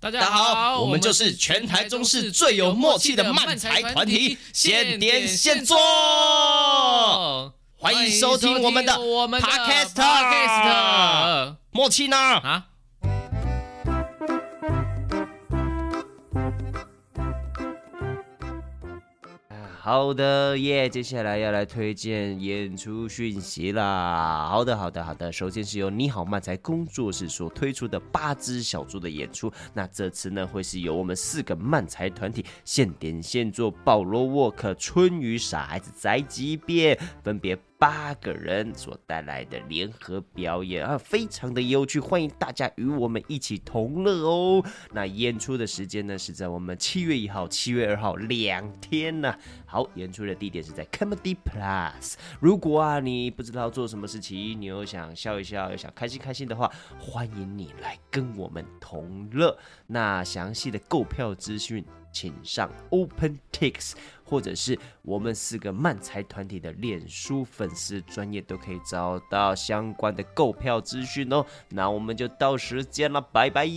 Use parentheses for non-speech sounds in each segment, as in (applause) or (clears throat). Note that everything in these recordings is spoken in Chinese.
大大家好，我们就是全台中市最有默契的漫才团体，现点现做。欢迎收听我们的我们的 Podcast Podcast 默契呢？啊。好的耶，接下来要来推荐演出讯息啦。好的，好的，好的。首先是由你好漫才工作室所推出的八只小猪的演出，那这次呢会是由我们四个漫才团体现点现做，保罗沃克、春雨、傻孩子、宅急便分别八个人所带来的联合表演啊，非常的有趣，欢迎大家与我们一起同乐哦。那演出的时间呢是在我们七月一号、七月二号两天呢、好，演出的地点是在 Comedy Plus。如果啊你不知道做什么事情，你又想笑一笑，又想开心开心的话，欢迎你来跟我们同乐。那详细的购票资讯，请上 OpenTix 或者是我们四个漫才团体的脸书粉丝专业都可以找到相关的购票资讯哦。那我们就到时见了，拜拜。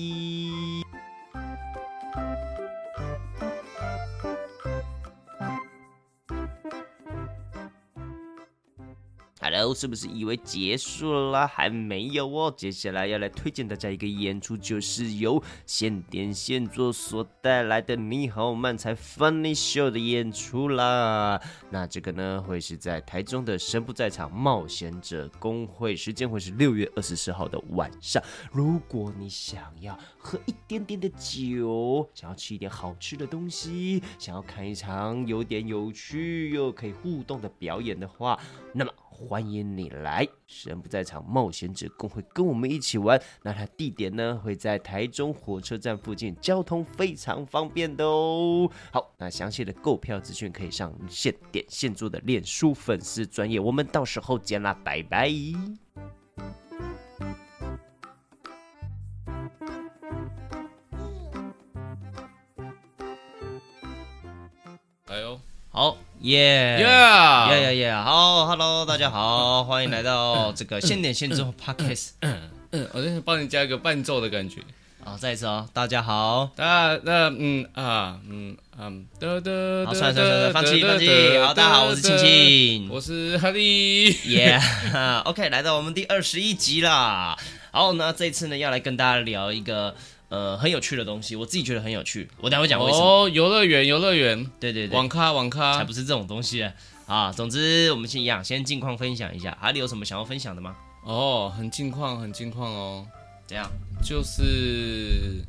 Hello，是不是以为结束了啦？还没有哦，接下来要来推荐大家一个演出，就是由现点现做所带来的《你好，漫才 Funny Show》的演出啦。那这个呢，会是在台中的神不在场冒险者工会，时间会是六月二十四号的晚上。如果你想要喝一点点的酒，想要吃一点好吃的东西，想要看一场有点有趣又可以互动的表演的话，那么欢迎你来神不在场冒险者公会跟我们一起玩。那它地点呢会在台中火车站附近，交通非常方便的哦。好，那详细的购票资讯可以上现点现做的脸书粉丝专业，我们到时候见啦，拜拜。哎呦，好耶呀呀耶！呀！好，Hello，大家好，欢迎来到这个现点现 (laughs) 做 Podcast 嗯，我在帮你加一个伴奏的感觉。啊，再一次哦，大家好，那那嗯啊嗯嗯得得，好，算了算了算了，放弃放弃。好，大家好，我是庆庆，我是哈利。耶 (laughs) ，OK，来到我们第二十一集啦。好，那这一次呢，要来跟大家聊一个呃很有趣的东西，我自己觉得很有趣，我等一下会讲为什么。哦，游乐园游乐园，对对对网，咖网才咖不是这种东西啊。啊总之我们先一样，先近况分享一下。哈利有什么想要分享的吗？哦，很近况很近况哦，怎样？就是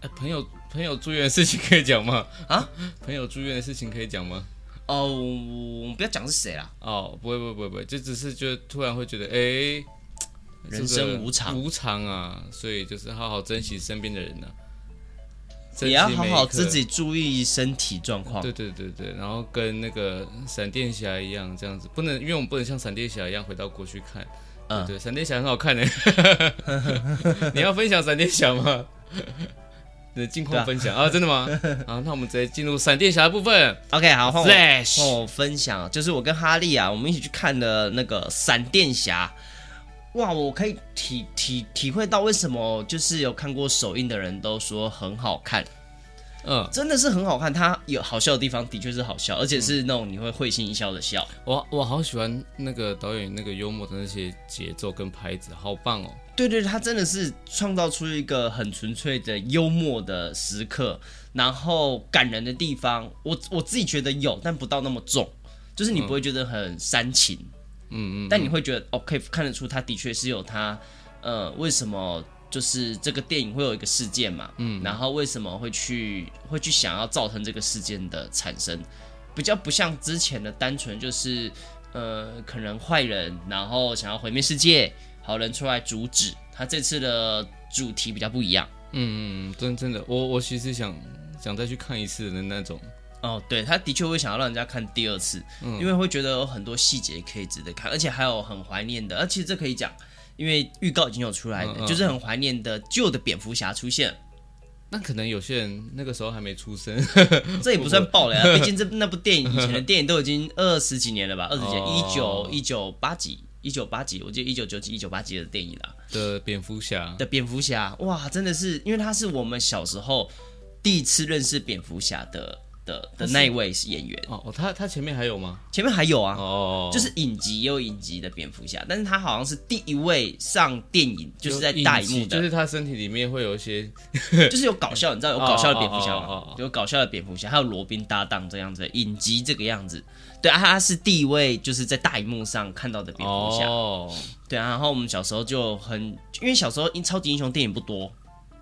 哎朋友朋友住院的事情可以讲吗？啊，朋友住院的事情可以讲吗？哦，我们不要讲是谁啦。哦，不会不会不会不会，就只是就突然会觉得哎。人这个生无常无常啊，所以就是好好珍惜身边的人呐、啊珍也惜要好每一好刻自己注意身体状况对。对对对，然后跟那个闪电侠一样这样子，不能，因为我们不能像闪电侠一样回到过去看。嗯对对，闪电侠很好看的。 (laughs) 你要分享闪电侠吗？你的近对况啊分享啊真的吗？ (laughs) 啊，那我们直接进入闪电侠的部分。 OK，好，换我。 Flash 换我分享，就是我跟哈利啊，我们一起去看的那个《闪电侠》。哇，我可以体体体会到为什么就是有看过首映的人都说很好看，嗯，真的是很好看。它有好笑的地方，的确是好笑，而且是那种你会会心一笑的笑。我我好喜欢那个导演那个幽默的那些节奏跟拍子，好棒哦。对对，对它真的是创造出一个很纯粹的幽默的时刻，然后感人的地方，我我自己觉得有，但不到那么重，就是你不会觉得很煽情。嗯嗯，但你会觉得哦，可以看得出他的确是有他，呃，为什么就是这个电影会有一个事件嘛，嗯，然后为什么会去会去想要造成这个事件的产生，比较不像之前的单纯就是，呃，可能坏人然后想要毁灭世界，好人出来阻止，他这次的主题比较不一样。嗯嗯，真真的，我我其实想想再去看一次的那种。哦，对，他的确会想要让人家看第二次，因为会觉得有很多细节可以值得看，而且还有很怀念的，而且这可以讲，因为预告已经有出来了，嗯嗯就是很怀念的旧的蝙蝠侠出现，那可能有些人那个时候还没出生，这也不算爆雷 (laughs) 啊，毕竟这那部电影以前的电影都已经二十几年了吧，二十几年，哦一九一九八几一九八几，我记得一九九几、一九八几的电影啦的蝙蝠侠，的蝙蝠侠，哇，真的是，因为他是我们小时候第一次认识蝙蝠侠的的的那一位演员。哦哦，他他前面还有吗？前面还有啊，哦，就是影集也有影集的蝙蝠侠，但是他好像是第一位上电影，就是在有大影荧幕集的，就是他身体里面会有一些就是有搞笑，你知道有搞笑的蝙蝠侠哦哦哦哦吗哦？有搞笑的蝙蝠侠，还有罗宾搭档这样子，影集这个样子。对啊，他是第一位就是在大荧幕上看到的蝙蝠侠。哦，对啊，然后我们小时候就很，因为小时候因超级英雄电影不多，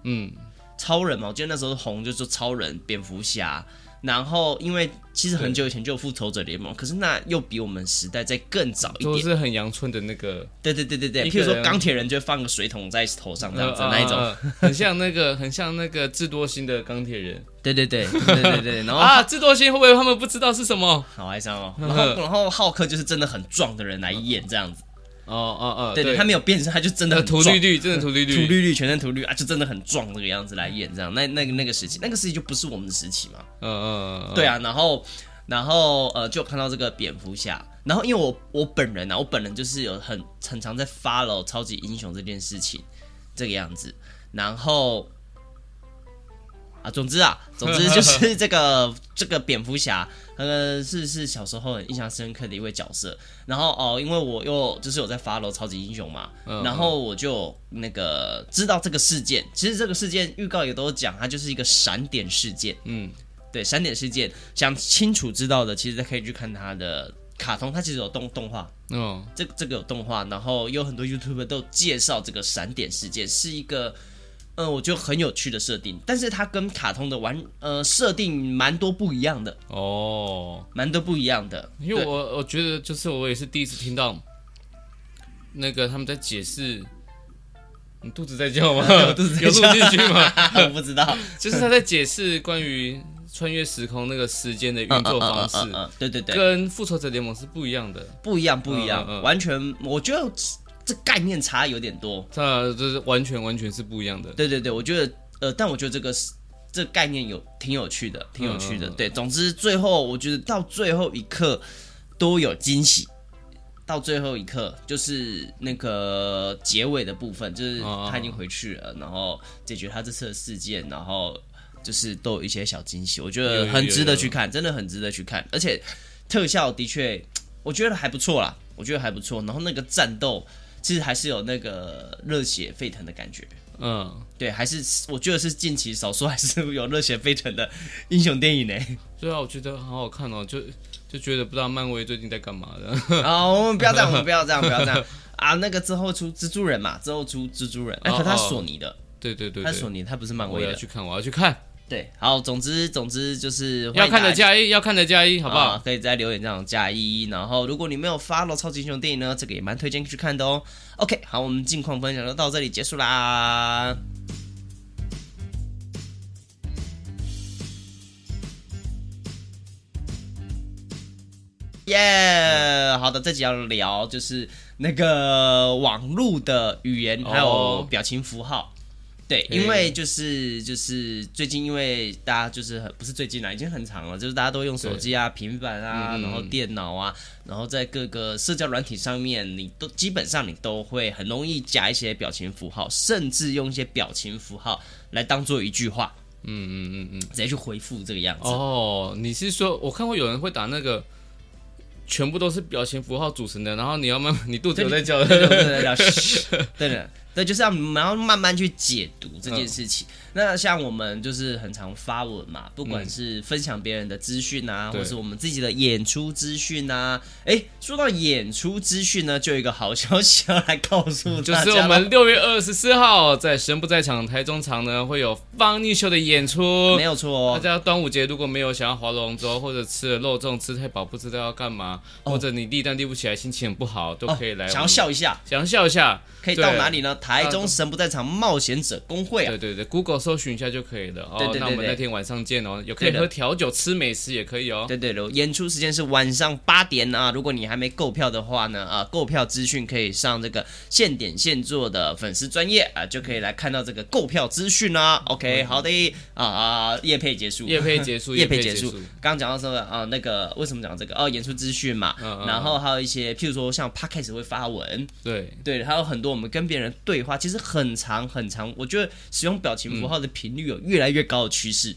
嗯，超人嘛，我记得那时候红就是超人、蝙蝠侠。然后，因为其实很久以前就有复仇者联盟，可是那又比我们时代再更早一都点。是很阳春的那个，对对对对对，一譬个如人说钢铁人就会放个水桶在头上这样子、那一种。呃，呃呃很像那个很像那个智多星的钢铁 (laughs) 人对对对对对 (laughs) 对，然后啊，嗯智多星会不会他们不知道是什么？好哀伤哦。然后然后浩克就是真的很壮的人来演这样子，哦哦哦，对对，他没有变身，他就真的呃很涂壮绿绿，真的涂绿 (laughs) 涂绿，绿绿，全身涂绿啊，就真的很壮这个样子来演这样。那那个那个时期，那个时期就不是我们的时期嘛。嗯嗯，嗯对，啊，然后然后呃，就有看到这个蝙蝠侠。然后因为我我本人啊，我本人就是有很很常在 follow 超级英雄这件事情这个样子。然后啊，总之啊，总之就是这个这个蝙蝠侠，呃，是是小时候很印象深刻的一位角色。然后哦，因为我又就是有在 follow 超级英雄嘛，嗯然后我就那个知道这个事件。其实这个事件预告也都有讲，它就是一个闪点事件。嗯对闪点事件，想清楚知道的，其实可以去看他的卡通，它其实有动动画，嗯哦这这个有动画，然后有很多 YouTube 都介绍这个闪点事件是一个，嗯、我觉得很有趣的设定，但是它跟卡通的玩呃设定蛮多不一样的，哦，蛮多不一样的，因为我我觉得就是我也是第一次听到那个他们在解释。你肚子在叫吗？有 (laughs) 肚子在有录叫进去吗？对我不知道就是他在解释关于穿越时空那个时间的运作方式，嗯嗯嗯嗯嗯对对对，跟复仇者联盟是不一样的。不一样不一样，嗯嗯嗯完全我觉得这概念差有点多，这就是完全完全是不一样的。对对对，我觉得呃，但我觉得这个是这个概念有挺有趣的，挺有趣的。嗯嗯嗯对，总之最后我觉得到最后一刻都有惊喜。到最后一刻，就是那个结尾的部分，就是哦他已经回去了，然后解决他这次的事件，然后就是都有一些小惊喜，我觉有得有很值得有去看，真的很值得去看，而且特效的确我觉得还不错啦，我觉得还不错。然后那个战斗其实还是有那个热血沸腾的感觉，嗯，对，还是我觉得是近期少数还是有热血沸腾的英雄电 (laughs) 影呢。对啊，我觉得好好看哦，就就觉得不知道漫威最近在干嘛的。 (laughs) 啊，我们不要这样，我们不要这样，不要这 (laughs) 样啊！那个之后出蜘蛛人嘛，之后出蜘蛛人，哎、哦可他哦是索尼的，对对对他是索对，尼，他不是漫我威要的。去看，我要去看，对，好，总之总之就是欢要迎看大的家加一，要看的加一，好不啊好？可以在留言这样加一。然后，如果你没有 follow 超级英雄电影呢，这个也蛮推荐去看的哦。OK，好，我们近况分享就到这里结束啦。耶、好的，这集要聊就是那个网络的语言还有哦表情符号。对，嗯因为就是就是最近，因为大家就是很不是最近啦，已经很长了，就是大家都用手机啊、平板啊，嗯嗯嗯然后电脑啊，然后在各个社交软体上面，你都基本上你都会很容易加一些表情符号，甚至用一些表情符号来当做一句话，嗯嗯嗯嗯。直接去回复这个样子。哦，你是说我看过有人会打那个。全部都是表情符号组成的，然后你要慢慢，你肚子有在叫对的，对对 (laughs) 对，嘘对的，对，就是要我们要慢慢去解读这件事嗯情。那像我们就是很常发文嘛，不管是分享别人的资讯啊，对或是我们自己的演出资讯啊。哎，说到演出资讯呢，就有一个好消息要来告诉嗯就大是家我了们六月二十四号在神不在场台中场呢会有方力秀的演出没，有大错哦，家端午节如果没有想要划龙舟，或者吃了肉粽吃太饱不知道要干嘛，或者你立蛋立不起来，心情很不好，都可以来、哦想要，笑一下，想要笑一下，可以到对哪里呢？台中神不在场冒险者工会啊对。对对，Google 搜寻一下就可以了。哦，对对对那我们对那天晚上见哦，有可以对的喝调酒、吃美食也可以哦。对对对，演出时间是晚上八点啊。如果你还没购票的话呢，啊，购票资讯可以上这个现点现做的粉丝专业啊，就可以来看到这个购票资讯啦。OK，好嗯的啊啊，夜配结束，夜配结束，夜配结结束。刚刚讲到这个啊，那个为什么讲这个？哦，演出资讯嘛，嗯嗯然后还有一些，譬如说像 Podcast 会发文，对，对，还有很多我们跟别人对话，其实很长很长。我觉得使用表情符号的频率有越来越高的趋势，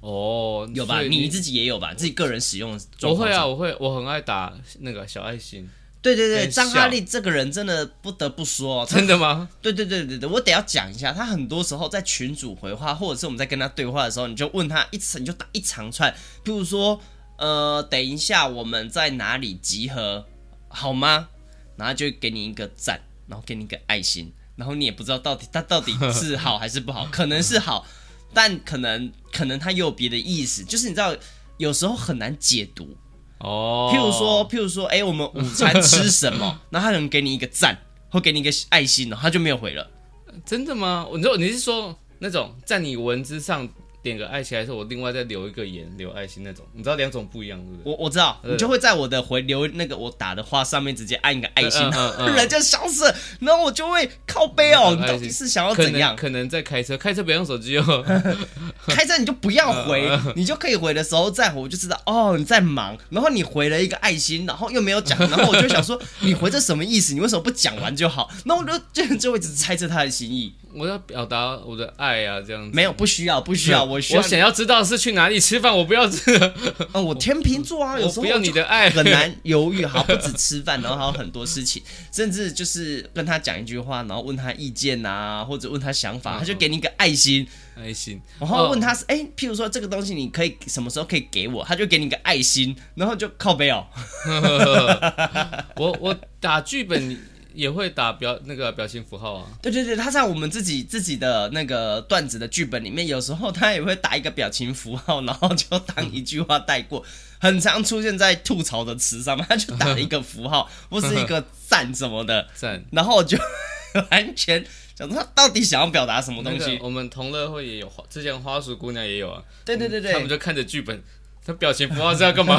哦，有吧？所以你自己也有吧？你自己个人使用的状我况会是啊，我会，我很爱打那个小爱心，对对对，很张哈小利这个人真的不得不说、哦，真的 (laughs) 吗？对对对对对，我得要讲一下，他很多时候在群主回话，或者是我们在跟他对话的时候，你就问他一次，你就打一长串，譬如说，呃，等一下我们在哪里集合，好吗？然后他就给你一个赞，然后给你一个爱心，然后你也不知道到底他到底是好还是不好，可能 (laughs) 是好，但可能可能他又有别的意思，就是你知道，有时候很难解读。哦，譬如说，譬如说，哎、我们午餐吃 (laughs) 什么？然后他可能给你一个赞，或给你一个爱心，哦然后他就没有回了。真的吗？我你说你是说那种在你文字上点个爱心，还是我另外再留一个言留爱心那种？你知道两种不一样，是不是？我我知道，对你就会在我的回留那个我打的话上面直接按一个爱心，嗯嗯嗯嗯 (laughs) 人家消失了，然后我就会靠背哦，嗯嗯你到底是想要可怎能 (laughs) 样？可能在开车，开车不要用手机哦。 (laughs) 开车你就不要嗯回，你就可以回的时候再回，我就知道哦你在忙。然后你回了一个爱心，然后又没 (laughs) 有讲，然后我就想说你回这什么意思？你为什么不讲完就好？那我就就就会一直猜测他的心意。我要表达我的爱啊，这样子。没有，不需要，不需要，我需要我想要知道是去哪里吃饭，我不要 (laughs) 吃，嗯，我天秤座啊，有我时候不要你就的爱。很难犹豫，好，不止吃饭，然后还有很多事情，甚至就是跟他讲一句话，然后问他意见啊，或者问他想法，他就给你一个爱心，爱心，然后问哦他是，哎、譬如说这个东西你可以什么时候可以给我，他就给你一个爱心，然后就靠背哦，我我打剧本也会打表那个表情符号啊。对对对，他在我们自己自己的那个段子的剧本里面，有时候他也会打一个表情符号，然后就当一句话带过，很常出现在吐槽的词上面，他就打了一个符号或是一个赞什么的。赞。然后我就 (laughs) 完全想说他到底想要表达什么东那西个。我们同乐会也有花，之前花鼠姑娘也有啊。对对对他们对，就看着剧本，他表情符号是要干嘛？ (laughs)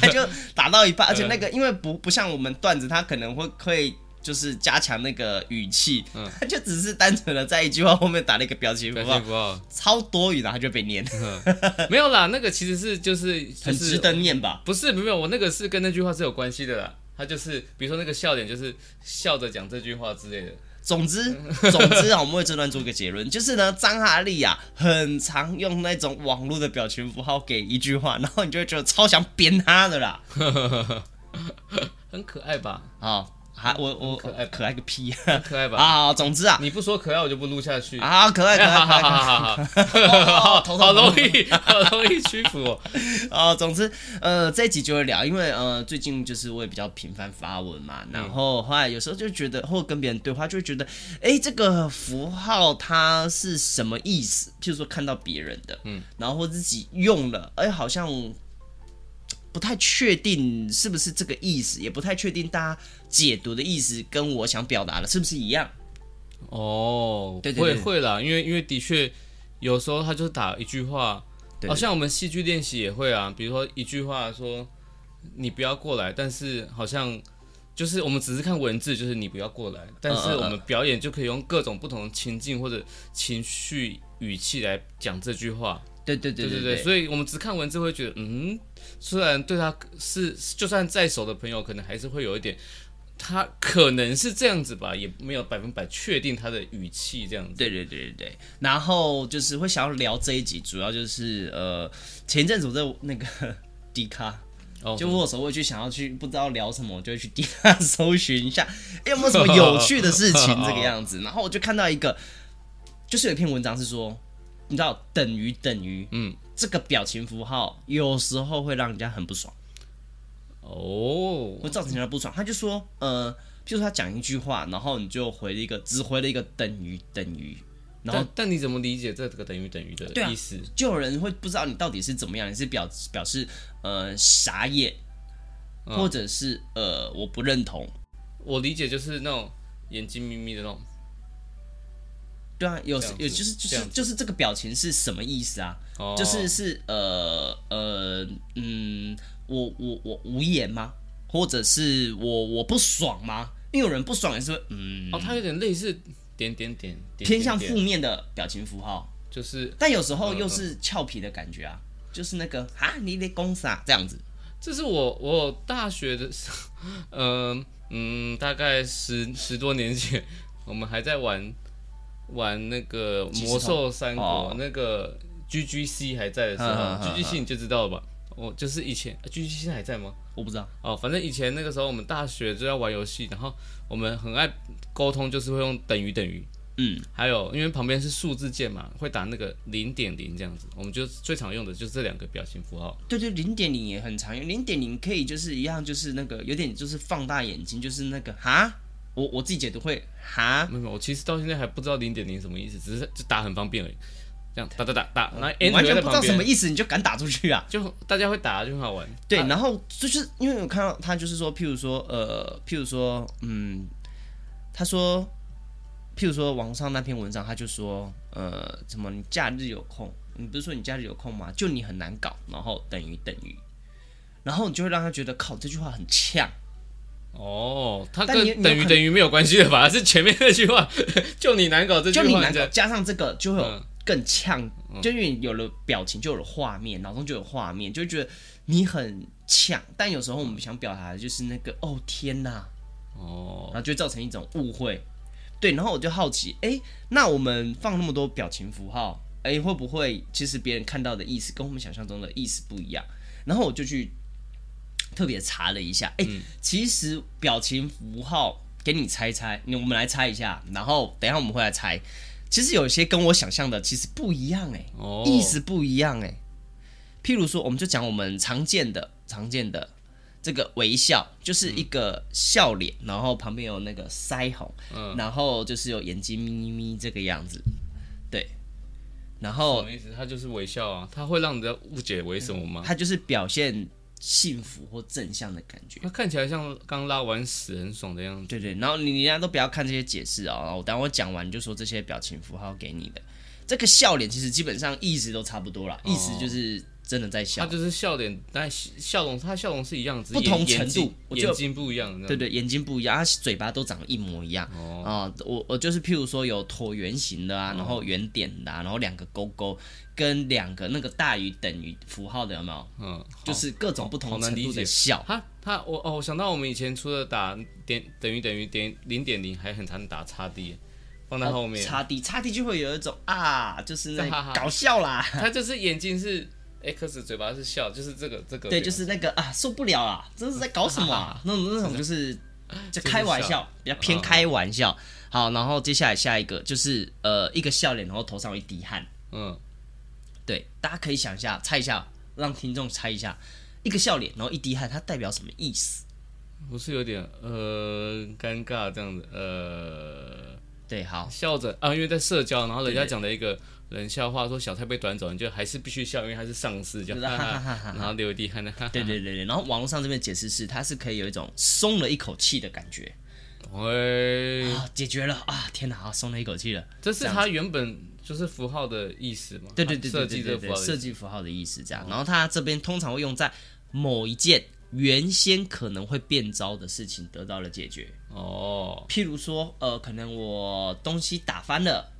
他就打到一 (laughs) 半，而且那个因为不不像我们段子，他可能会会就是加强那个语气，他就只是单纯的在一句话后面打了一个表情表符情号，符号超多余的，他就被 (laughs) 念， (laughs) 没有啦，那个其实是就是、就是、很值得念 (laughs) 吧？不是没有，我那个是跟那句话是有关系的啦。他就是比如说那个笑点，就是笑着讲这句话之类的。总之， (laughs) 总之啊，我们为这段做个结论，就是呢，张哈利啊，很常用那种网络的表情符号给一句话，然后你就会觉得超想扁他的啦。很可爱吧？好，还我我可爱可爱个屁啊！可爱吧？啊，总之啊，你不说可爱，我就不录下 (laughs) 去。啊，可爱可哎好爱可好爱好 (laughs) 可爱好好，好头痛好容易，好容易屈服哦。啊，总之，呃，这一集就会聊，因为呃，最近就是我也比较频繁发文嘛，然后后来有时候就觉得，或跟别人对话，就会觉得，哎，这个符号它是什么意思？譬如说看到别人的，嗯，然后或自己用了，哎，好像不太确定是不是这个意思，也不太确定大家解读的意思跟我想表达的是不是一样。哦，对对对会会啦，因为因为的确有时候他就是打一句话，对好、像我们戏剧练习也会啊，比如说一句话说你不要过来，但是好像就是我们只是看文字，就是你不要过来，但是嗯嗯我们表演就可以用各种不同的情境或者情绪语气来讲这句话，对对对对对对所以我们只看文字会觉得，嗯，虽然对他是就算在手的朋友，可能还是会有一点，他可能是这样子吧，也没有百分百确定他的语气这样子。对对对对对，然后就是会想要聊这一集，主要就是呃，前一阵子我在那个 (laughs) D 卡，哦，就我有时候会去想要去不知道聊什么，我就会去 D 卡 (laughs) 搜寻一下，哎有没有什么有趣的事情这个样子。然后我就看到一个，就是有一篇文章是说，你知道等于等于，嗯，这个表情符号有时候会让人家很不爽。哦，会造成人家不爽。他就说，呃，譬如说他讲一句话，然后你就回了一个，只回了一个等于等于，然后但但你怎么理解这个等于等于的对啊意思？就有人会不知道你到底是怎么样，你是表表示呃傻嗯眼，或者是呃我不认同，我理解就是那种眼睛眯眯的那种。对啊，有这样子有就是就这是样子就是这个表情是什么意思啊？哦，就是是呃呃嗯，我我我无言吗？或者是我我不爽吗？因为有人不爽也是会嗯，哦，它有点类似点点点，点偏向点嗯负点面的表情符号，就是但有时候又是俏皮的感觉啊，就是那个啊你得攻啥这样子。这是我我大学的 (laughs) 时候，嗯嗯，大概十十多年前，我们还在玩玩那个即时魔兽三国，哦那个 GGC 还在的时候、嗯嗯嗯嗯 g g c 你就知道了吧？我就是以前 GGC 现在还在吗？我不知道，哦，反正以前那个时候我们大学就在玩游戏，然后我们很爱沟通，就是会用等于等于，嗯，还有因为旁边是数字键嘛，会打那个零点零这样子，我们就最常用的就是这两个表情符号。对对，零点零也很常用，零点零可以就是一样，就是那个有点就是放大眼睛，就是那个哈，我我自己解读会哈， (laughs) 没有，没有我其实到现在还不知道零点零什么意思，只是就打很方便而已。这样打打打打，然后 Android 你完全在不知道旁什么边，意思，你就敢打出去啊？就大家会打就很好玩。对，啊然后就是因为我看到他就是说，譬如说，呃，譬如说，嗯，他说，譬如说网上那篇文章，他就说，呃，怎么你假日有空？你不是说你假日有空吗？就你很难搞，然后等于等于，然后你就会让他觉得靠这句话很呛，哦，它但你跟等你于有可等于没有关系的吧？是前面那句话，就你难搞这句就话，你难搞这，加上这个就会有嗯更呛，就因为有了表情就有了画面，脑中就有画面，就会觉得你很呛。但有时候我们想表达的就是那个哦天哪，哦然，后就会造成一种误会。对，然后我就好奇，哎，那我们放那么多表情符号，哎，会不会其实别人看到的意思跟我们想象中的意思不一样？然后我就去特别查了一下，哎，其实表情符号给你猜猜，你我们来猜一下，然后等一下我们会来猜。其实有些跟我想象的其实不一样、诶哦意思不一样、诶譬如说，我们就讲我们常见的常见的这个微笑，就是一个笑脸，然后旁边有那个腮红，嗯然后就是有眼睛眯眯这个样子，对，然什后么意思？它就是微笑啊，它会让人家误解为什么吗？它就是表现幸福或正向的感觉。它看起来像刚拉完屎很爽的样子。对对，然后你人家都不要看这些解释哦，我等我讲完就说这些表情符号给你的。这个笑脸其实基本上意思都差不多啦，意思就是真的在笑它，就是笑脸，但笑容，它笑容是一样，只是不眼同程眼睛度我就眼睛不一样。对对，眼睛不一样，他嘴巴都长得一模一样啊、哦我我就是譬如说有椭圆形的啊，然后圆点的、啊，然后两个勾勾，跟两个那个大于等于符号的有没有？嗯，就是各种不同好难程理度的解笑。他他我哦，我想到我们以前除了打点等于等于点零点零，还很常打叉 D，放啊在后面。差 D 差 D 就会有一种啊，就是那哈哈搞笑啦，他就是眼睛是 X，嘴巴是笑，就是这个这个。对，就是那个啊，受不了啦，这是在搞什么、啊？那种那 (laughs) 种就是就开玩笑，比较嗯偏开玩笑。好，然后接下来下一个就是呃，一个笑脸，然后头上有一滴汗。嗯，对，大家可以想一下，猜一下，让听众猜一下，一个笑脸，然后一滴汗，它代表什么意思？不是有点呃尴尬这样子，呃对，好，笑着啊，因为在社交，然后人家讲了一个冷笑话，说小菜被短走，你就还是必须笑，因为他是上司，就对哈哈哈哈哈哈然后流一滴汗的，哈哈对对对对。然后网络上这边解释是，它是可以有一种松了一口气的感觉喂，啊，解决了啊，天哪，啊，松了一口气了。这是他原本就是符号的意思嘛？对对对设对计对这对个符号的意对，思设计符号的意思这样。然后它这边通常会用在某一件原先可能会变糟的事情得到了解决，哦。譬如说，呃，可能我东西打翻了。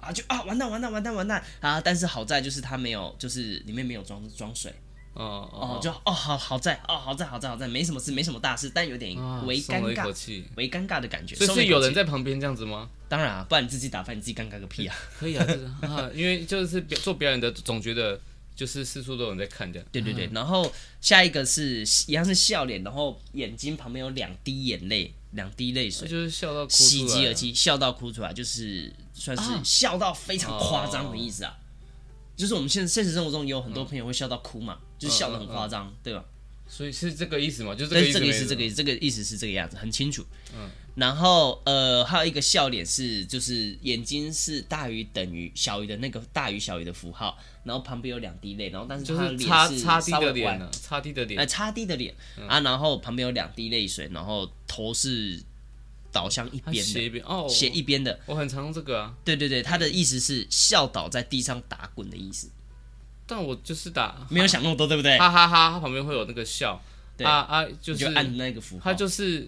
啊，就啊，完蛋，完蛋，完蛋，完蛋啊！但是好在就是它没有，就是里面没有装装水，哦哦，就哦好好在哦好在好在好在，没什么事没什么大事，但有点啊微松尴了一口尬，气，微尴尬的感觉。所以松了是一口有人气，在旁边这样子吗？当然啊，不然你自己打翻你自己尴尬个屁啊！可以啊，这个啊， (laughs) 因为就是表做表演的，总觉得就是四处都有人在看这样。对对对，然后下一个是一样是笑脸，然后眼睛旁边有两滴眼泪，两滴泪这水，就是笑到哭喜出极来哦而啊。泣，笑到哭出来，就是算是笑到非常夸张的意思啊。哦就是我们现现实生活中也有很多朋友会笑到哭嗯嘛，就是笑得很夸张，对吧？所以是这个意思嘛？就是这但个是这个意思，这个意思思，这个意思是这个样子，很清楚。嗯然后呃，还有一个笑脸是，就是眼睛是大于等于小于的那个大于小于的符号，然后旁边有两滴泪，然后但是没什他么，的就是脸擦是擦低稍微的脸弯呢，嗯擦低的呃，脸。擦地的脸、啊，然后旁边有两滴泪水，然后头是倒向一他边斜的，一边哦，斜一边的。我很常用这个啊，对对对，他的意思是笑倒在地上打滚的意 (laughs) 思，但我就是打没有想那么多，对不对？哈哈哈，他旁边会有那个笑，哎对啊啊，就你是就按那个符号，他就是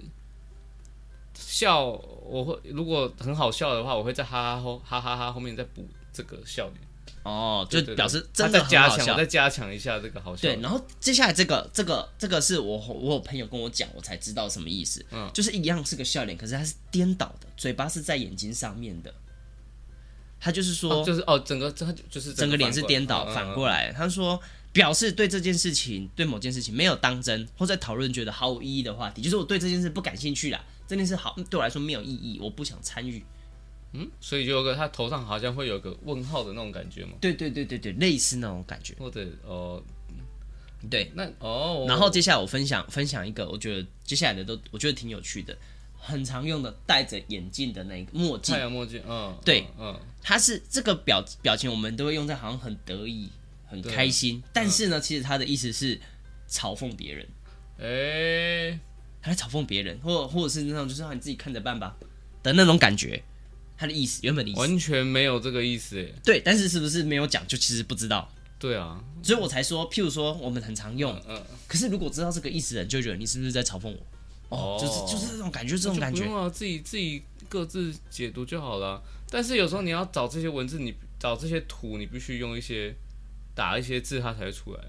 笑，我会如果很好笑的话，我会在哈哈后哈哈哈后面再补这个笑点，哦，就对对对表示他真的再很加好强，笑我再。加强一下这个好笑对的。，然后接下来这个这个这个是我我有朋友跟我讲，我才知道什么意思。嗯，就是一样是个笑脸，可是它是颠倒的，嘴巴是在眼睛上面的。他就是说，哦就是哦，整个他就是整个脸是颠倒反反来，嗯过来。他说表示对这件事情、对某件事情没有当真，或在讨论觉得毫无意义的话题，就是我对这件事不感兴趣啦，这件事好嗯对我来说没有意义，我不想参与。嗯嗯所以就有个他头上好像会有个问号的那种感觉嘛，对对对对对，类似那种感觉。或者哦，对，那哦，然后接下来我分享分享一个，我觉得接下来的都我觉得挺有趣的，很常用的戴着眼镜的那个墨镜太，阳墨镜，嗯，对嗯，它是这个表表情我们都会用在好像很得意、很对开心，但是呢，其实它的意思是嘲讽别人。嗯，哎，他在嘲讽别人，或或者是那种就是让你自己看着办吧的那种感觉，他的意思原本的意思完全没有这个意思，哎，对，但是是不是没有讲就其实不知道，对啊，所以我才说，譬如说我们很常用，嗯，可是如果知道这个意思的人，就会觉得你是不是在嘲讽我？哦哦，就是就是这种感觉，这这种感觉不，用啊，自己自己各自解读就好了。但是有时候你要找这些文字，你找这些图，你必须用一些打一些字，它才会出来。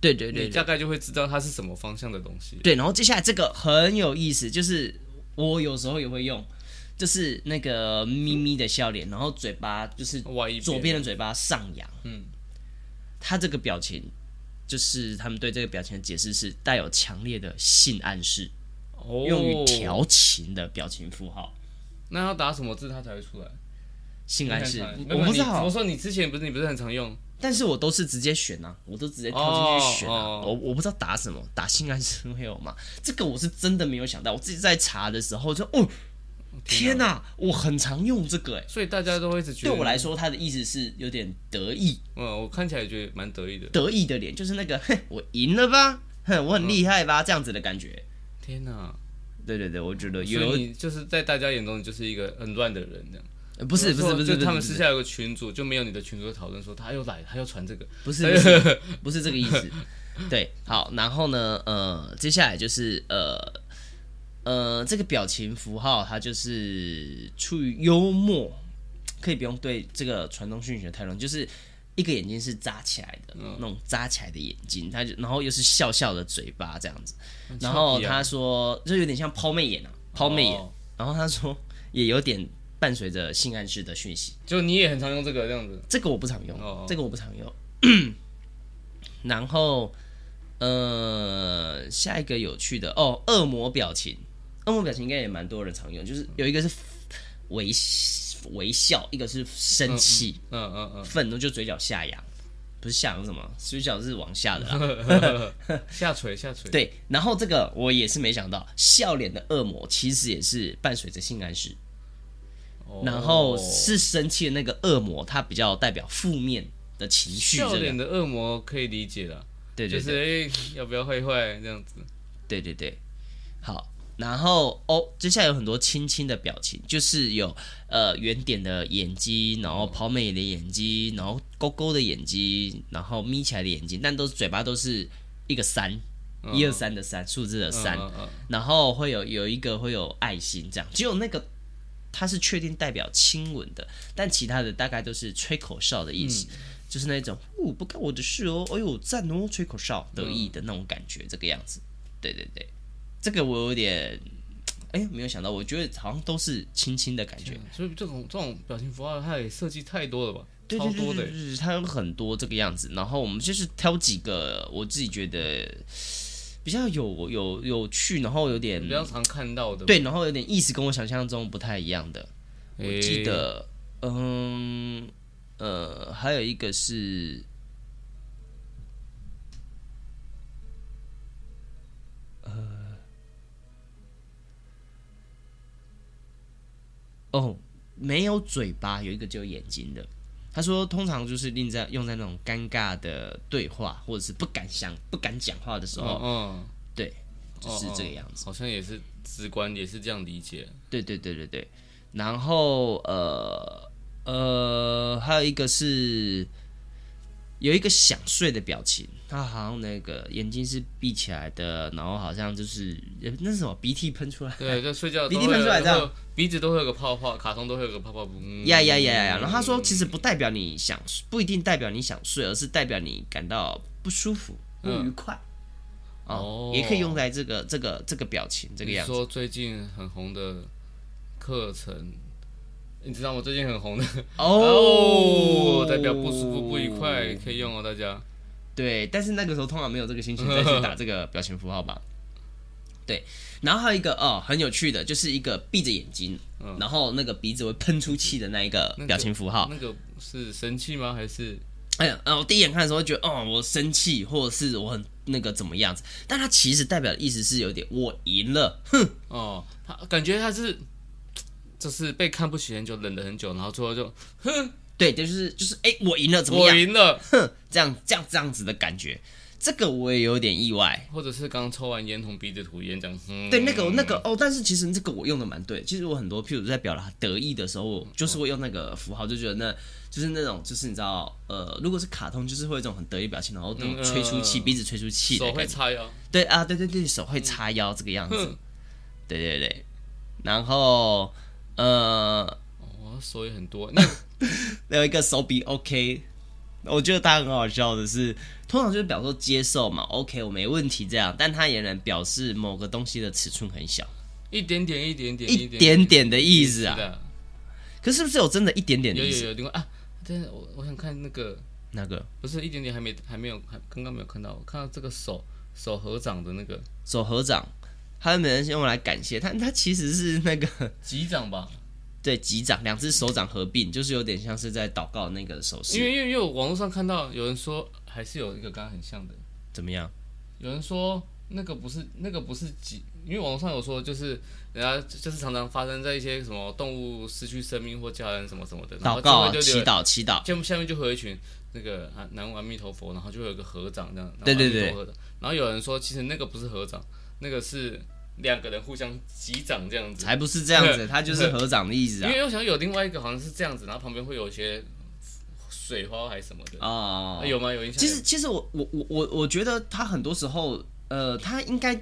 对对对你对大概就会知道它是什么方向的东西。对。然后接下来这个很有意思，就是我有时候也会用，就是那个咪咪的笑脸，然后嘴巴就是歪一边啊左边的嘴巴上扬，嗯，他这个表情就是他们对这个表情的解释是带有强烈的性暗示，哦用于调情的表情符号。那要打什么字它才会出来？性暗示你看看我我不没知有你我道，说你之前不是你不是很常用？但是我都是直接选啊，我都直接跳进去选啊，哦哦我我不知道打什么，打性暗示会有吗？这个我是真的没有想到，我自己在查的时候就哦，天哪、我很常用这个哎、所以大家都会一直觉对得我来，说，它的意思是有点得意，嗯，我看起来觉得蛮得意的。得意的脸，就是那个哼，我赢了吧，哼，我很厉害吧，这样子的感觉。天哪！对对对，我觉得所有以你就是在大家眼中，你就是一个很乱的人这样。呃不是不是不是，就他们私是下有个群组，就没有你的群组讨论说他又来，他又传这个。不是不是不是这个意思。对，好，然后呢，呃，接下来就是呃呃，这个表情符号它就是出于幽默，可以不用对这个传统讯息的太容易，就是一个眼睛是扎起来的、那种扎起来的眼睛，它就然后又是笑笑的嘴巴这样子，然后他说就有点像抛媚眼啊，抛媚眼，哦然后他说也有点伴随着性暗示的讯息。就你也很常用这个这样子。这个我不常用，哦这个我不常用。 (clears throat) 然后，呃，下一个有趣的哦，恶魔表情，恶魔表情应该也蛮多人常用，嗯就是有一个是微微笑，一个是生气、嗯嗯嗯愤怒，就嘴角下扬，不是下扬是什么，嘴角是往下的啦。嗯，下垂下 (laughs) 垂。对，然后这个我也是没想到，笑脸的恶魔其实也是伴随着性暗示，哦，然后是生气的那个恶魔，它比较代表负面的情绪，笑这个脸的恶魔可以理解了，对对就对。是哎要不要坏坏这样子。嗯对对对，好。然后哦，接下来有很多亲亲的表情，就是有呃圆点的眼睛，然后抛媚眼的眼睛，然后勾勾的眼睛，然后眯起来的眼睛，但都是嘴巴都是一个三，一二三的三，数字的三，嗯嗯嗯然后会有有一个会有爱心这样，只有那个它是确定代表亲吻的，但其他的大概都是吹口哨的意思，就是那种哦不干我的事哦，哎呦赞哦，吹口哨得意的那种感觉，这个样子。对对对，这个我有点。哎，没有想到，我觉得好像都是亲亲的感觉，嗯所以这种这种表情符号，它也设计太多了吧，对超对多对的对欸。对，它有很多这个样子。然后我们就是挑几个我自己觉得比较有有有趣，然后有点比较常看到的，对，然后有点意思跟我想象中不太一样的。哎，我记得，嗯呃，还有一个是，呃，哦，没有嘴巴，有一个只有眼睛的。他说，通常就是令在用在那种尴尬的对话，或者是不敢想、不敢讲话的时候，嗯，嗯，哦哦对，就是这个样子。好像也是直观也是这样理解。对对对对对，然后呃呃，还有一个是有一个想睡的表情，他好像那个眼睛是闭起来的，然后好像就是呃那是什么鼻涕喷出来，对，就睡觉鼻都涕会喷出来有这样会有鼻子都会有个泡泡，卡通都会有个泡泡。嗯呀呀呀呀呀！然后他说，其实不代表你想，不一定代表你想睡，而是代表你感到不舒服、不愉快。哦哦，也可以用在这个这个这个表情这个你样子。说最近很红的课程，你知道吗？最近很红的 (laughs) 哦，代表不舒服、不愉快，可以用哦，大家。对，但是那个时候通常没有这个 (laughs) 心情再去打这个表情符号吧。对，然后还有一个哦，很有趣的，就是一个闭着眼睛，然后那个鼻子会喷出气的那一个嗯那个嗯表情符号。那个是生气吗？还是哎呀，呃，我第一眼看的时候觉得，哦，我生气，或者是我很那个怎么样子，但它其实代表的意思是有点我赢了，哼，哦，他感觉他是就是被看不起很久，忍了很久，然后最后就对，就是就是，哎、我赢了，怎么我样？赢了，哼，这样这样这样子的感觉，这个我也有点意外。或者是刚抽完烟筒鼻子吐烟这样。嗯对，那个那个哦，但是其实这个我用的蛮对。其实我很多，譬如在表达得意的时候，我就是会用那个符号，就觉得那就是那种，就是你知道，呃，如果是卡通，就是会有一种很得意表情，然后那种吹出气，嗯鼻子吹出气手的会哦感觉。叉腰，对啊，对对对，手会叉腰这个样子哼。对对对，然后呃，哦，手也很 (laughs) 多。那有一个手比 OK，我觉得他很好笑的是，通常就是表示说接受嘛，OK，我没问题这样，但他也能表示某个东西的尺寸很小，一点点，一点点，一点点点的意思是啊。的，可是不是有真的一点点的有意有思？有，另外啊，但是我我想看那个。那个不是一点点还没还没有还刚刚没有看到，我看到这个手手合掌的那个手合掌，他们人用来感谢他，他其实是那个 (laughs) 击掌吧，对击掌，两只手掌合并，就是有点像是在祷告那个手因势，为因为因为我网络上看到有人说还是有一个刚刚很像的，怎么样？有人说那个不是那个不是击，因为网络上有说就是人家就是常常发生在一些什么动物失去生命或家人什么什么的，然祷后告就啊，会就祈有祷，祈祷。下面下面就会有一群那个啊南无阿弥陀佛，然后就会有一个合掌这样，对对对然后阿弥陀佛合掌然后有人说其实那个不是合掌，那个是两个人互相击掌这样子，才不是这样 (laughs) 子，他就是合掌的意思啊因。为我想有另外一个好像是这样子，然后旁边会有一些水花还是什么的，哦啊、，有吗？有印象？其实其实我我我我我觉得他很多时候，呃，他应该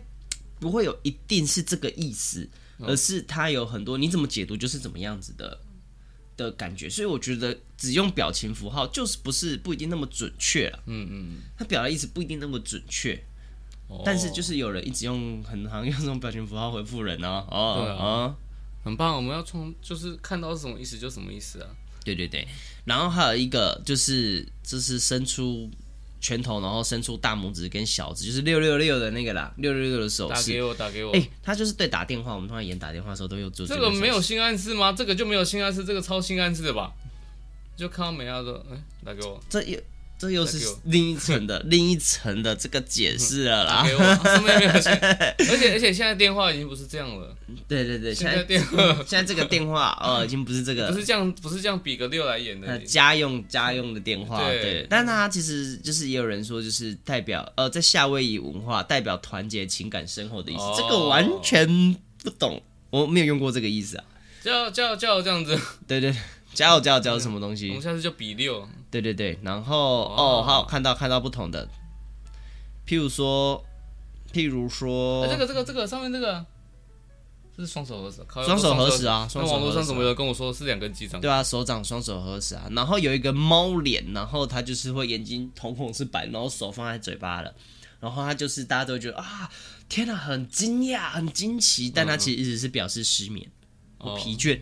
不会有一定是这个意思，嗯而是他有很多你怎么解读就是怎么样子的的感觉。所以我觉得只用表情符号就是不是不一定那么准确了，嗯嗯，他表达意思不一定那么准确。哦但是就是有人一直用很常用这种表情符号回复人哦，哦对啊哦很棒，啊我们要从就是看到是什么意思就什么意思啊。对对对，然后还有一个就是就是伸出拳头，然后伸出大拇指跟小指，就是六六六的那个啦，六六六的手打势。给我，打给我。哎、他就是对打电话，我们通常演打电话的时候都有做这个个手势没有性暗示吗？这个就没有性暗示，这个超性暗示的吧？就看到美亚说，哎、打给我，这又这又是打给我另一层的另一层的这个解释了打啦。给我， (laughs) 上面没有 (laughs) 性，而且而且现在电话已经不是这样了，对对对，现嗯现在在电话现在这个电话哦，已经不是这个不是这样，不是这样比个六来演呃的。家用家用的电话，对对，但它其实就是也有人说，就是代表呃，在夏威夷文化代表团结、情感深厚的意思，哦这个完全不懂，我没有用过这个意思啊。叫叫叫这样子，对对，对加油加油加油什么东我西们？下次就比六。对对对，然后哦，好看到看到不同的，譬如说，譬如说哎这个这个这个上面这个，这是双手合十，靠双手合十啊那双手合十啊网络上怎么有人跟我说是两根机长？对啊，手掌双手合十啊，然后有一个猫脸，然后他就是会眼睛瞳孔是白，然后手放在嘴巴了，然后他就是大家都会觉得啊，天哪、很惊讶，很惊奇，但他其实一直是表示失眠、嗯哦疲倦。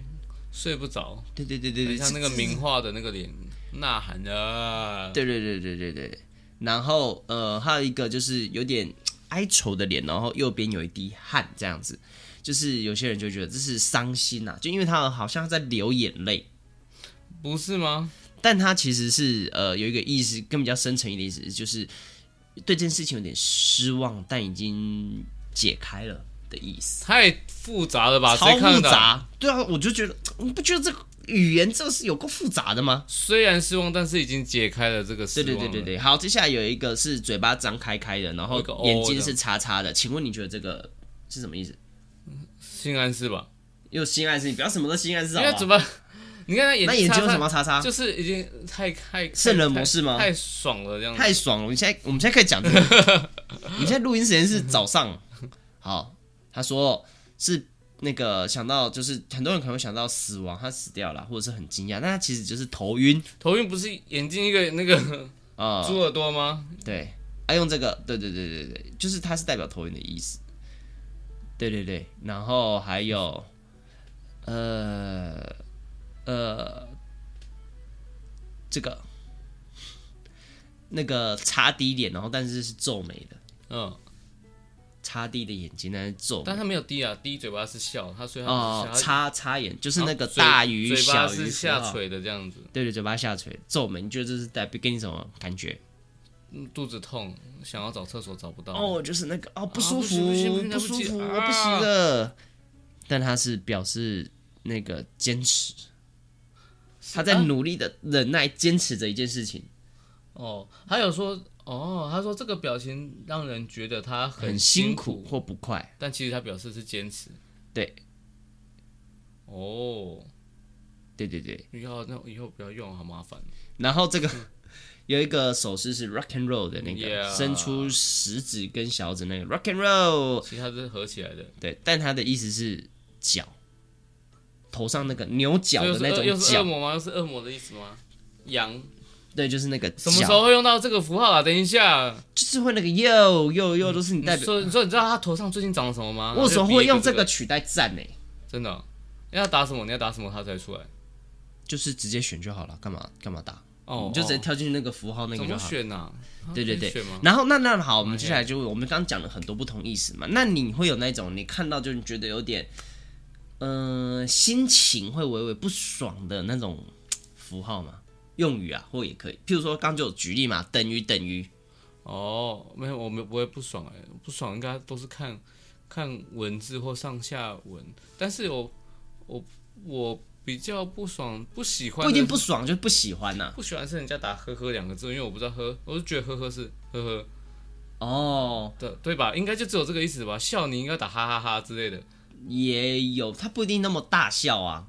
睡不着，对对对对对，很像那个名画的那个脸，呐喊啊！对对对对对对。然后呃，还有一个就是有点哀愁的脸，然后右边有一滴汗，这样子，就是有些人就觉得这是伤心啊，就因为他好像在流眼泪。不是吗？但他其实是呃有一个意思更比较深层一点的意思，就是对这件事情有点失望，但已经解开了的意思。太复杂了吧？超谁看复得懂。杂，对啊，我就觉得，你不觉得这个语言这个是有够复杂的吗？虽然失望，但是已经解开了这个失对望。对对对对，对，好，接下来有一个是嘴巴张开开的，然后有哦一个 O 眼睛是叉叉的，请问你觉得这个是什么意思？性暗示吧？又性暗示，你不要什么都性暗示好因为不好怎么？ (laughs) 你看他眼啊那睛眼睛擦有擦什么？叉叉？就是已经太太圣人模式吗太太爽了，这样子太爽了！你现在我们现在可以讲这个，我们现在录音时间是早上。好，他说是那个想到就是很多人可能会想到死亡，他死掉了，或者是很惊讶，但他其实就是头晕头晕不是眼睛一个那 (laughs) 个啊、猪耳朵吗？对，爱、用这个，对对对对对，就是它是代表头晕的意思。对对对，然后还有，呃呃，这个那个擦低脸，然后但是是皱眉的，哦嗯，擦低的眼睛，但是皱眉但。他没有滴啊，滴嘴巴是笑，他所以他哦，他擦擦眼就是那个嘴大鱼嘴巴小鱼是符下号，垂的这样子，对对，嘴巴下垂，皱眉，你觉得这是代表给你什么感觉？嗯肚子痛，想要找厕所找不到。哦，就是那个哦，不舒不服，行不行不行不来舒不及服，我啊不行了。但他是表示那个坚持，他在努力的忍耐，坚持着一件事情，哦，还有说哦，他说这个表情让人觉得他很辛辛苦或不快。但其实他表示是坚持。对，哦，对对对。以后那以后不要用，好麻烦。然后这个 (laughs) 有一个手势是 rock and roll 的那个， Yeah 伸出食指跟小指那个 rock and roll。其实它是合起来的，对，但他的意思是脚，头上那个牛角所以的又是那恶又种是恶角，魔吗？又是恶魔的意思吗？羊对，就是那个什么时角，候会用到这个符号啊？等一下，就是会那个 yo yo yo 都是你代嗯你表。说你说你知道他头上最近长了什么吗？为什他么就比会一个用这个？取代赞欸呢？真的哦，你要打什么？你要打什么？他才出来。就是直接选就好了，干嘛干嘛打？哦，你就直接哦跳进去那个符号那个怎就么好。选嗯呐？啊对对可以对选吗，然后那那好，我们接下来就我们刚刚讲了很多不同意思嘛。那你会有那种你看到就你觉得有点，嗯，心情会微微不爽的那种嘖符号吗？用语啊，或也可以，譬如说刚刚就有举例嘛，等于等于，哦，没有，我们不会不爽哎、不爽应该都是看看文字或上下文，但是我我我比较不爽，不喜欢的不一定不爽就是不喜欢呐、不喜欢是人家打呵呵两个字，因为我不知道呵，我就觉得呵呵是呵呵哦，的，对吧？应该就只有这个意思吧？笑你应该打哈哈哈之类的，啊也有，它不一定那么大笑啊。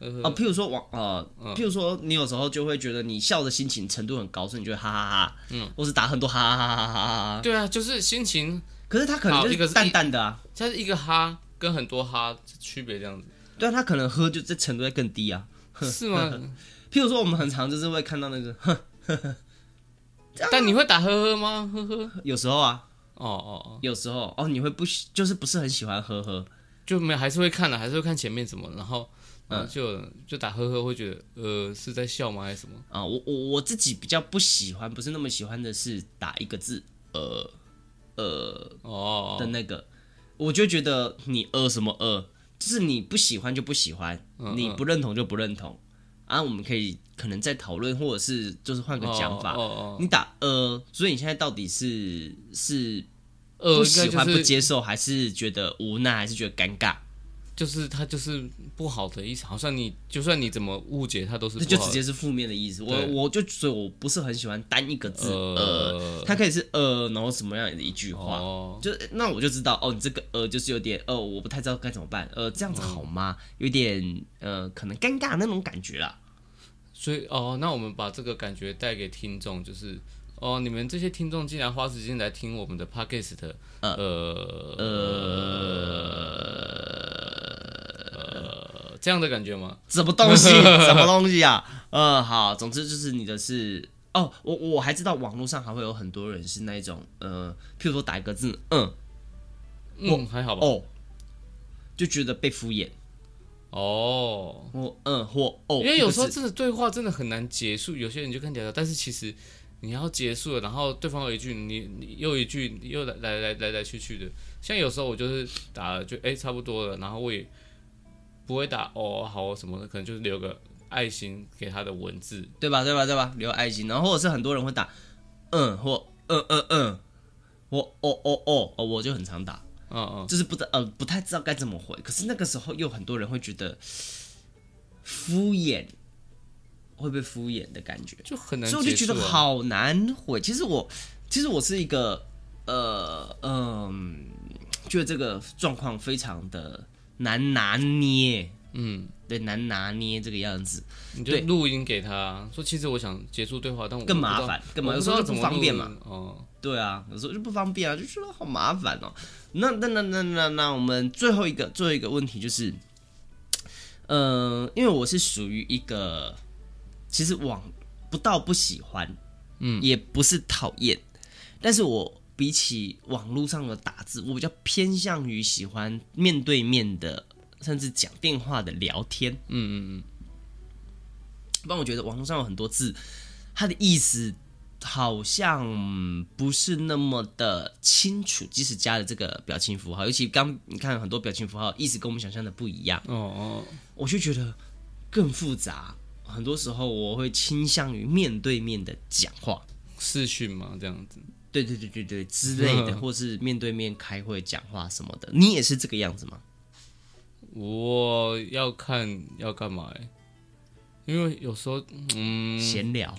呵哦，呵，嗯譬如说网呃，譬如说你有时候就会觉得你笑的心情程度很高，所以你就会哈哈哈，嗯，或是打很多哈哈哈哈哈哈哈。对啊，就是心情，可是他可能好一就个是是淡淡的啊，它是一个哈跟很多哈区别这样 (laughs) 子，对啊，他可能喝就这程度会更低啊。是吗？ (laughs) 譬如说我们很常就是会看到那个， (laughs) 哼但你会打呵呵吗？呵 (laughs) 呵，有时候啊，哦哦哦，有时候哦，你会不喜就是不是很喜欢呵呵，就没有还是会看的，啊还是会看前面什么，然后嗯然后就、就打呵呵，会觉得呃是在笑吗还是什么？啊，我我我自己比较不喜欢，不是那么喜欢的是打一个字呃呃哦，的那个，我就觉得你呃什么呃，就是你不喜欢就不喜欢，嗯你不认同就不认同啊。我们可以可能再讨论，或者是就是换个讲法。哦哦，你打呃，所以你现在到底是是呃不应该喜欢、就是不接受，还是觉得无奈，还是觉得尴尬？就是他就是不好的意思，好像你就算你怎么误解他都是这不就好直的接是负面的意思。我对我就所以我不是很喜欢单一个字呃，呃它可以是呃，然后什么样的一句话。哦就那我就知道哦，你这个呃，就是有点呃，我不太知道该怎么办，呃，这样子好吗？有点呃，可能尴尬那种感觉啦。所以哦，那我们把这个感觉带给听众，就是哦，你们这些听众竟然花时间来听我们的 podcast，的呃呃这样的感觉吗？什么东西？什么东西啊？呃，好，总之就是你的是哦，我我还知道网络上还会有很多人是那一种呃，譬如说打一个字，嗯嗯，还好吧。哦，就觉得被敷衍，哦，或嗯或哦，因为有时候这个字真的对话真的很难结束，有些人就跟你聊，但是其实你要结束了，然后对方有一句，你你又一句，又来来来来来去去的。像有时候我就是打了就哎、差不多了，然后我也不会打哦好哦什么的，可能就是留个爱心给他的文字。对吧对吧对吧，留爱心，然后或者是很多人会打嗯或嗯嗯嗯，或哦哦哦哦，我就很常打。嗯嗯，就是不知呃不太知道该怎么回。可是那个时候又很多人会觉得敷衍，会被敷衍的感觉，就很难所以结束、我啊。就觉得，好难回。其实我其实我是一个呃嗯、觉得这个状况非常的难拿捏，嗯，对，难拿捏这个样子你就对录音给他说，其实我想结束对话，但我更不知道麻烦更麻我烦不知道有时候就怎么不方便录嘛音。哦，对啊，有时候就不方便啊，就觉得好麻烦哦。那那那那那那，我们最后一个最后一个问题就是，呃，因为我是属于一个，其实网不到不喜欢，嗯，也不是讨厌，但是我比起网络上的打字，我比较偏向于喜欢面对面的，甚至讲电话的聊天。嗯嗯嗯，但我觉得网络上有很多字，它的意思好像不是那么的清楚，即使加了这个表情符号，尤其刚你看很多表情符号意思跟我们想象的不一样，哦哦，我就觉得更复杂。很多时候我会倾向于面对面的讲话，视讯嘛，这样子。对对对对对之类的，嗯或是面对面开会讲话什么的。你也是这个样子吗？我要看要干嘛哎、因为有时候，嗯闲聊，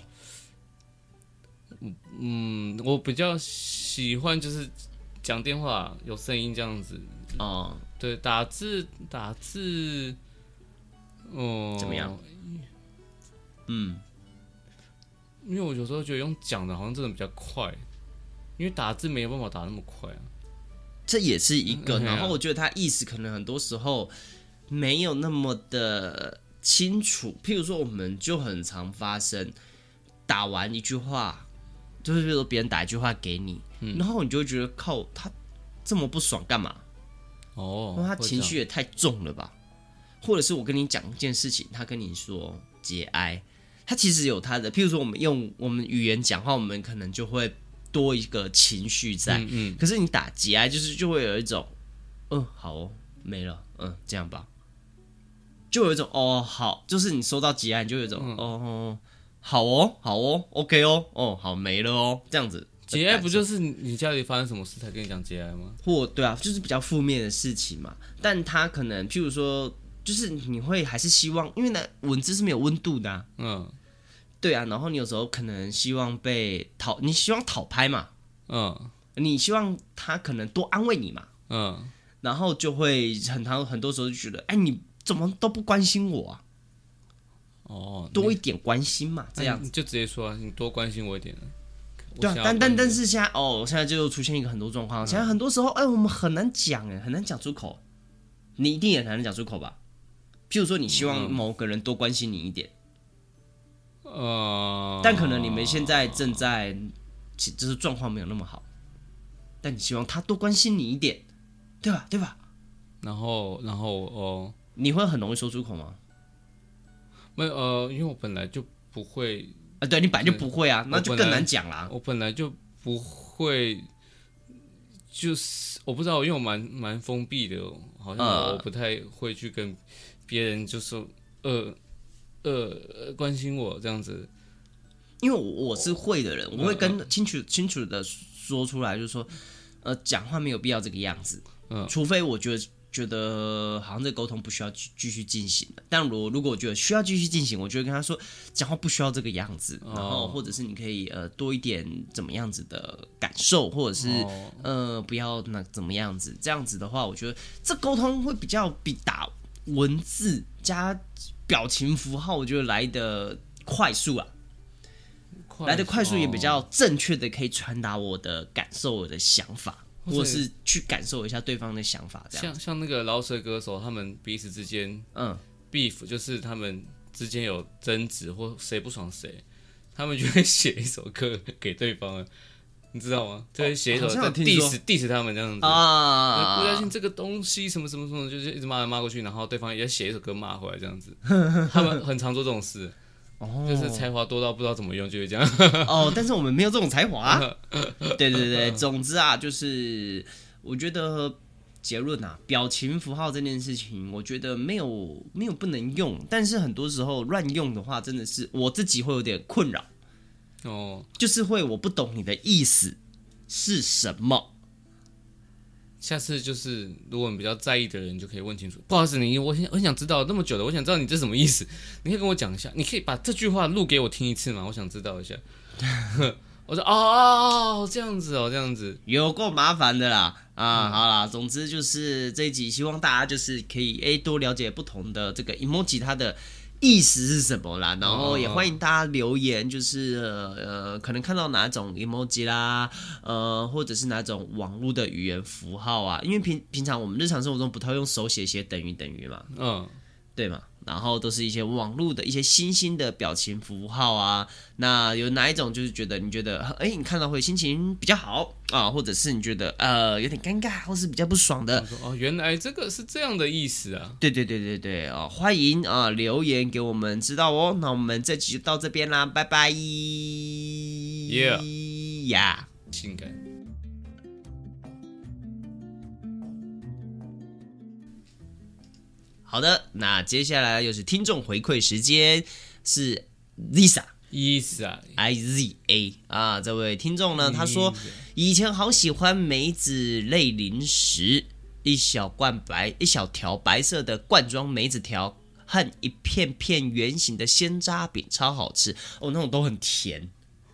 嗯，我比较喜欢就是讲电话有声音这样子，哦、对，打字打字，哦、怎么样？嗯，因为我有时候觉得用讲的好像真的比较快，因为打字没有办法打那么快啊。这也是一个。嗯然后我觉得它意思可能很多时候没有那么的清楚。譬如说，我们就很常发生打完一句话，就是比如说别人打一句话给你，嗯然后你就会觉得靠他这么不爽干嘛？哦，哇，他会这情样绪也太重了吧？或者是我跟你讲一件事情，他跟你说节哀，他其实有他的，譬如说我们用我们语言讲话，我们可能就会多一个情绪在。嗯嗯可是你打节哀，就是就会有一种，嗯，好哦，没了，嗯，这样吧，就有一种哦，好，就是你收到节哀，你就有一嗯种、哦，好哦，好哦，OK 哦，哦，好没了哦，这样子。节哀不就是你你家里发生什么事才跟你讲节哀吗？或对啊，就是比较负面的事情嘛。但他可能，譬如说，就是你会还是希望，因为呢，文字是没有温度的、啊，嗯对啊。然后你有时候可能希望被讨，你希望讨拍嘛，嗯你希望他可能多安慰你嘛，嗯，然后就会很常很多时候就觉得，哎，你怎么都不关心我啊？哦，多一点关心嘛，这样那你就直接说、啊，你多关心我一点啊。我对啊想，要但关但心嗯但你是现在哦，现在就出现一个很多状况，现在很多时候，哎，我们很难讲，哎，很难讲出口。你一定也很难讲出口吧？譬如说，你希望某个人多关心你一点，呃，但可能你们现在正在，其就是状况没有那么好，但你希望他多关心你一点，对吧？对吧？然后然后哦，你会很容易说出口吗？没有呃，因为我本来就不会，啊，对你本来就不会啊，那就我更本来难讲啦。我本来就不会，就是我不知道，因为我蛮蛮封闭的，好像呃我不太会去跟别人就说呃呃呃关心我这样子，因为我我是会的人，我嗯会跟清楚清楚的说出来，就是说，呃，讲话没有必要这个样子，嗯除非我觉得觉得好像这个沟通不需要继继续进行了。但如如果我觉得需要继续进行，我就会跟他说，讲话不需要这个样子，然哦后或者是你可以呃多一点怎么样子的感受，或者是、哦呃不要那怎么样子，这样子的话，我觉得这沟通会比较比打文字加表情符号，我觉得来的快速啊。来的快速哦也哦比较正确的可以传达我的感受、我的想法，或或者者是去感受一下对方的想法，这样。像像那个饶舌歌手，他们彼此之间嗯， beef 就是他们之间有争执或谁不爽谁，他们就会写一首歌给对方，啊 (laughs) 你知道吗？就会写一首哦好像在有听说 diss diss 他们这样子。啊不相信这个东西什么什么什么，就是一直骂来骂过去，然后对方也写一首歌骂回来这 (laughs) 样子。他们很常做这种事，哦就是才华多到不知道怎么用，就会这样。哦，但是我们没有这种才华、 (laughs) 啊。对对对，总之啊，就是我觉得结论啊，表情符号这件事情，我觉得没有没有不能用，但是很多时候乱用的话，真的是我自己会有点困扰。哦，就是会我不懂你的意思是什么，下次就是如果你比较在意的人，你就可以问清楚。不好意思，你我想我想知道那么久了，我想知道你这什么意思，你可以跟我讲一下。你可以把这句话录给我听一次吗？我想知道一下。 (laughs) 我说哦哦哦，这样子哦，这样子，有够麻烦的啦啊！好啦，总之就是这一集，希望大家就是可以诶多了解不同的这个 emoji 它的意思是什么啦，然后也欢迎大家留言，就是呃呃，可能看到哪种 emoji 啦，呃，或者是哪种网络的语言符号啊，因为平平常我们日常生活中不太会用手写写等于等于嘛，嗯，对嘛？然后都是一些网络的一些新兴的表情符号啊。那有哪一种就是觉得你觉得哎，你看到会心情比较好啊，或者是你觉得呃有点尴尬，或是比较不爽的我？说哦，原来这个是这样的意思啊，对对对对对哦，欢迎啊、留言给我们知道哦。那我们这集就到这边啦，拜拜。Yeah，呀。性感。好的，那接下来又是听众回馈时间，是 Lisa。意思啊， I Z A 啊，这位听众呢，他说以前好喜欢梅子类零食，一小罐白一小条白色的罐装梅子条和一片片圆形的鲜渣饼，超好吃哦，那种都很甜，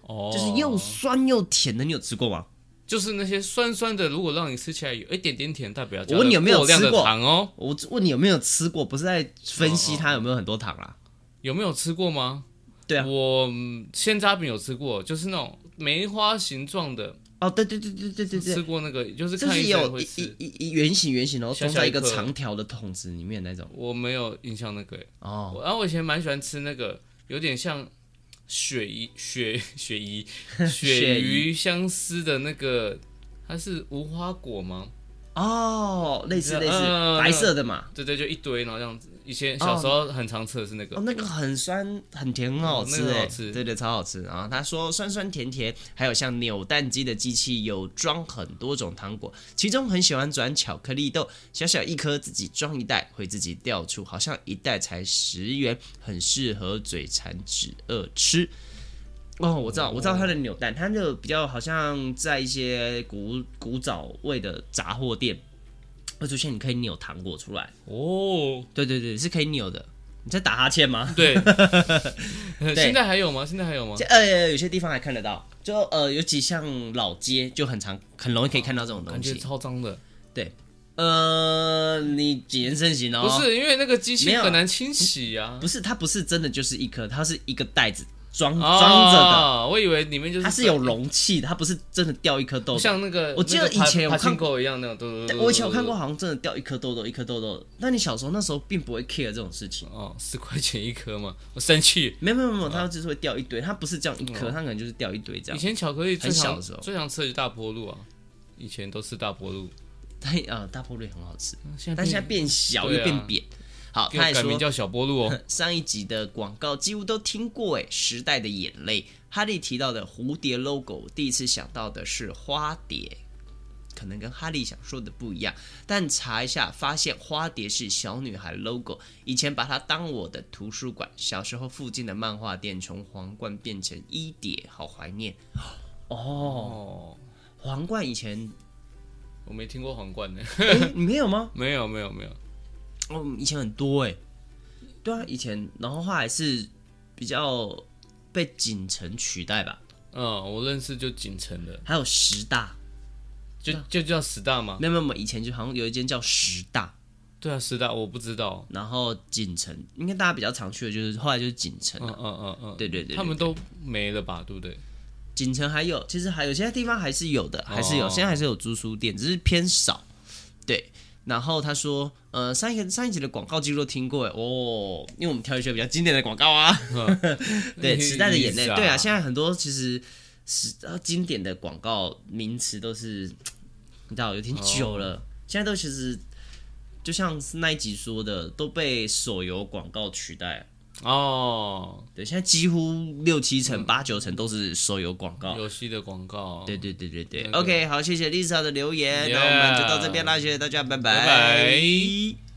哦，就是又酸又甜的，你有吃过吗？就是那些酸酸的，如果让你吃起来有一点点甜，代表加我问你有没有了过量的吃过糖哦？我问你有没有吃过，不是在分析它有没有很多糖啦、有没有吃过吗？对啊，我嗯鲜渣饼有吃过，就是那种梅花形状的，哦，对对对对对对吃对，过那个，就是就看是医生有会一吃。一一一圆形圆形，然后小装小在一一个颗长条的桶子里面那种我没有印象那个欸，哦。我然后我以前蛮喜欢吃那个，有点像鳕鱼、鳕鳕 (laughs) 鱼、鳕鳕鱼鱼相思的那个，它是无花果吗？哦，类似类似、嗯白色的嘛。对对，就一堆，然后这样子。以前小时候很常吃的是那个哦，，那个很酸很甜，很好嗯哦吃那个哎、好吃对对，超好吃。然后他说酸酸甜甜，还有像扭蛋机的机器有装很多种糖果，其中很喜欢转巧克力豆，小小一颗自己装一袋，会自己掉出，好像一袋才十元，很适合嘴馋止饿吃。哦，我知道，我知道它的扭蛋，它就比较好像在一些古古早味的杂货店会出现，你可以扭糖果出来。哦，对对对，是可以扭的。你在打哈欠吗？ (laughs) 对， (laughs) 现在还有吗？现在还有吗这？呃，有些地方还看得到，就呃，尤其像老街，就很常很容易可以看到这种感东觉西。超脏的，对，呃，你谨言慎行哦。不，是因为那个机没器有很难清洗啊，不是，它不是真的就是一颗，它是一个袋子装哦装着我以为里面就的，是它是有容器的，它不是真的掉一颗豆呃豆。像那个，我记得那个爬以前我爬看进狗一样那种，对对我以前有看过，，好像真的掉一颗豆豆，一颗豆豆的。那你小时候那时候并不会 care 这种事情，哦，十块钱一颗嘛，我生气。没有没有没有，它就是会掉一堆，它不是这样一颗，它可能就是掉一堆这以样。前巧克力最啊很小常的时候最常吃的就是大坡路啊，以前都吃大坡路，它呃大波瑞很好吃，现但现在在变小对又啊变扁。好，给他我还改名说叫小波路 (laughs) 哦。上一集的广告几乎都听过，哎，《时代的眼泪》，哈利提到的蝴蝶 logo，我第一次想到的是花蝶，可能跟哈利想说的不一样，但查一下发现花蝶是小女孩 logo，以前把它当我的图书馆，小时候附近的漫画店从皇冠变成一蝶，好怀念哦。哦，皇冠以前、我没听过皇冠呢， (laughs) 诶你没有吗？没有没有没有，哦，以前很多哎、对啊，以前，然后后来是比较被锦城取代吧，嗯，我认识就锦城的，还有十大，就就叫十大吗？没有没有没有，以前就好像有一间叫十大，对啊，十大我不知道，然后锦城，应该大家比较常去的就是后来就是锦城嗯啊、嗯嗯嗯，对对对对他们都没了吧，对不对？锦城还有，其实还有些地方还是有的，还是有，哦现在还是有租书店，只是偏少，对。然后他说，呃，上一个上一集的广告记录都听过哎，哦，因为我们挑一些比较经典的广告啊，对，时代的眼泪，对啊，现在很多其实是呃经典的广告名词都是，你知道有挺久了，现在都其实就像是那一集说的，都被手游广告取代。在哦，对，现在几乎六七成、八九成都是手游广告。游戏的广告，啊对对对对对那个，OK，好，谢谢 Lisa 的留言， Yeah 那我们就到这边啦，谢谢大家，拜拜拜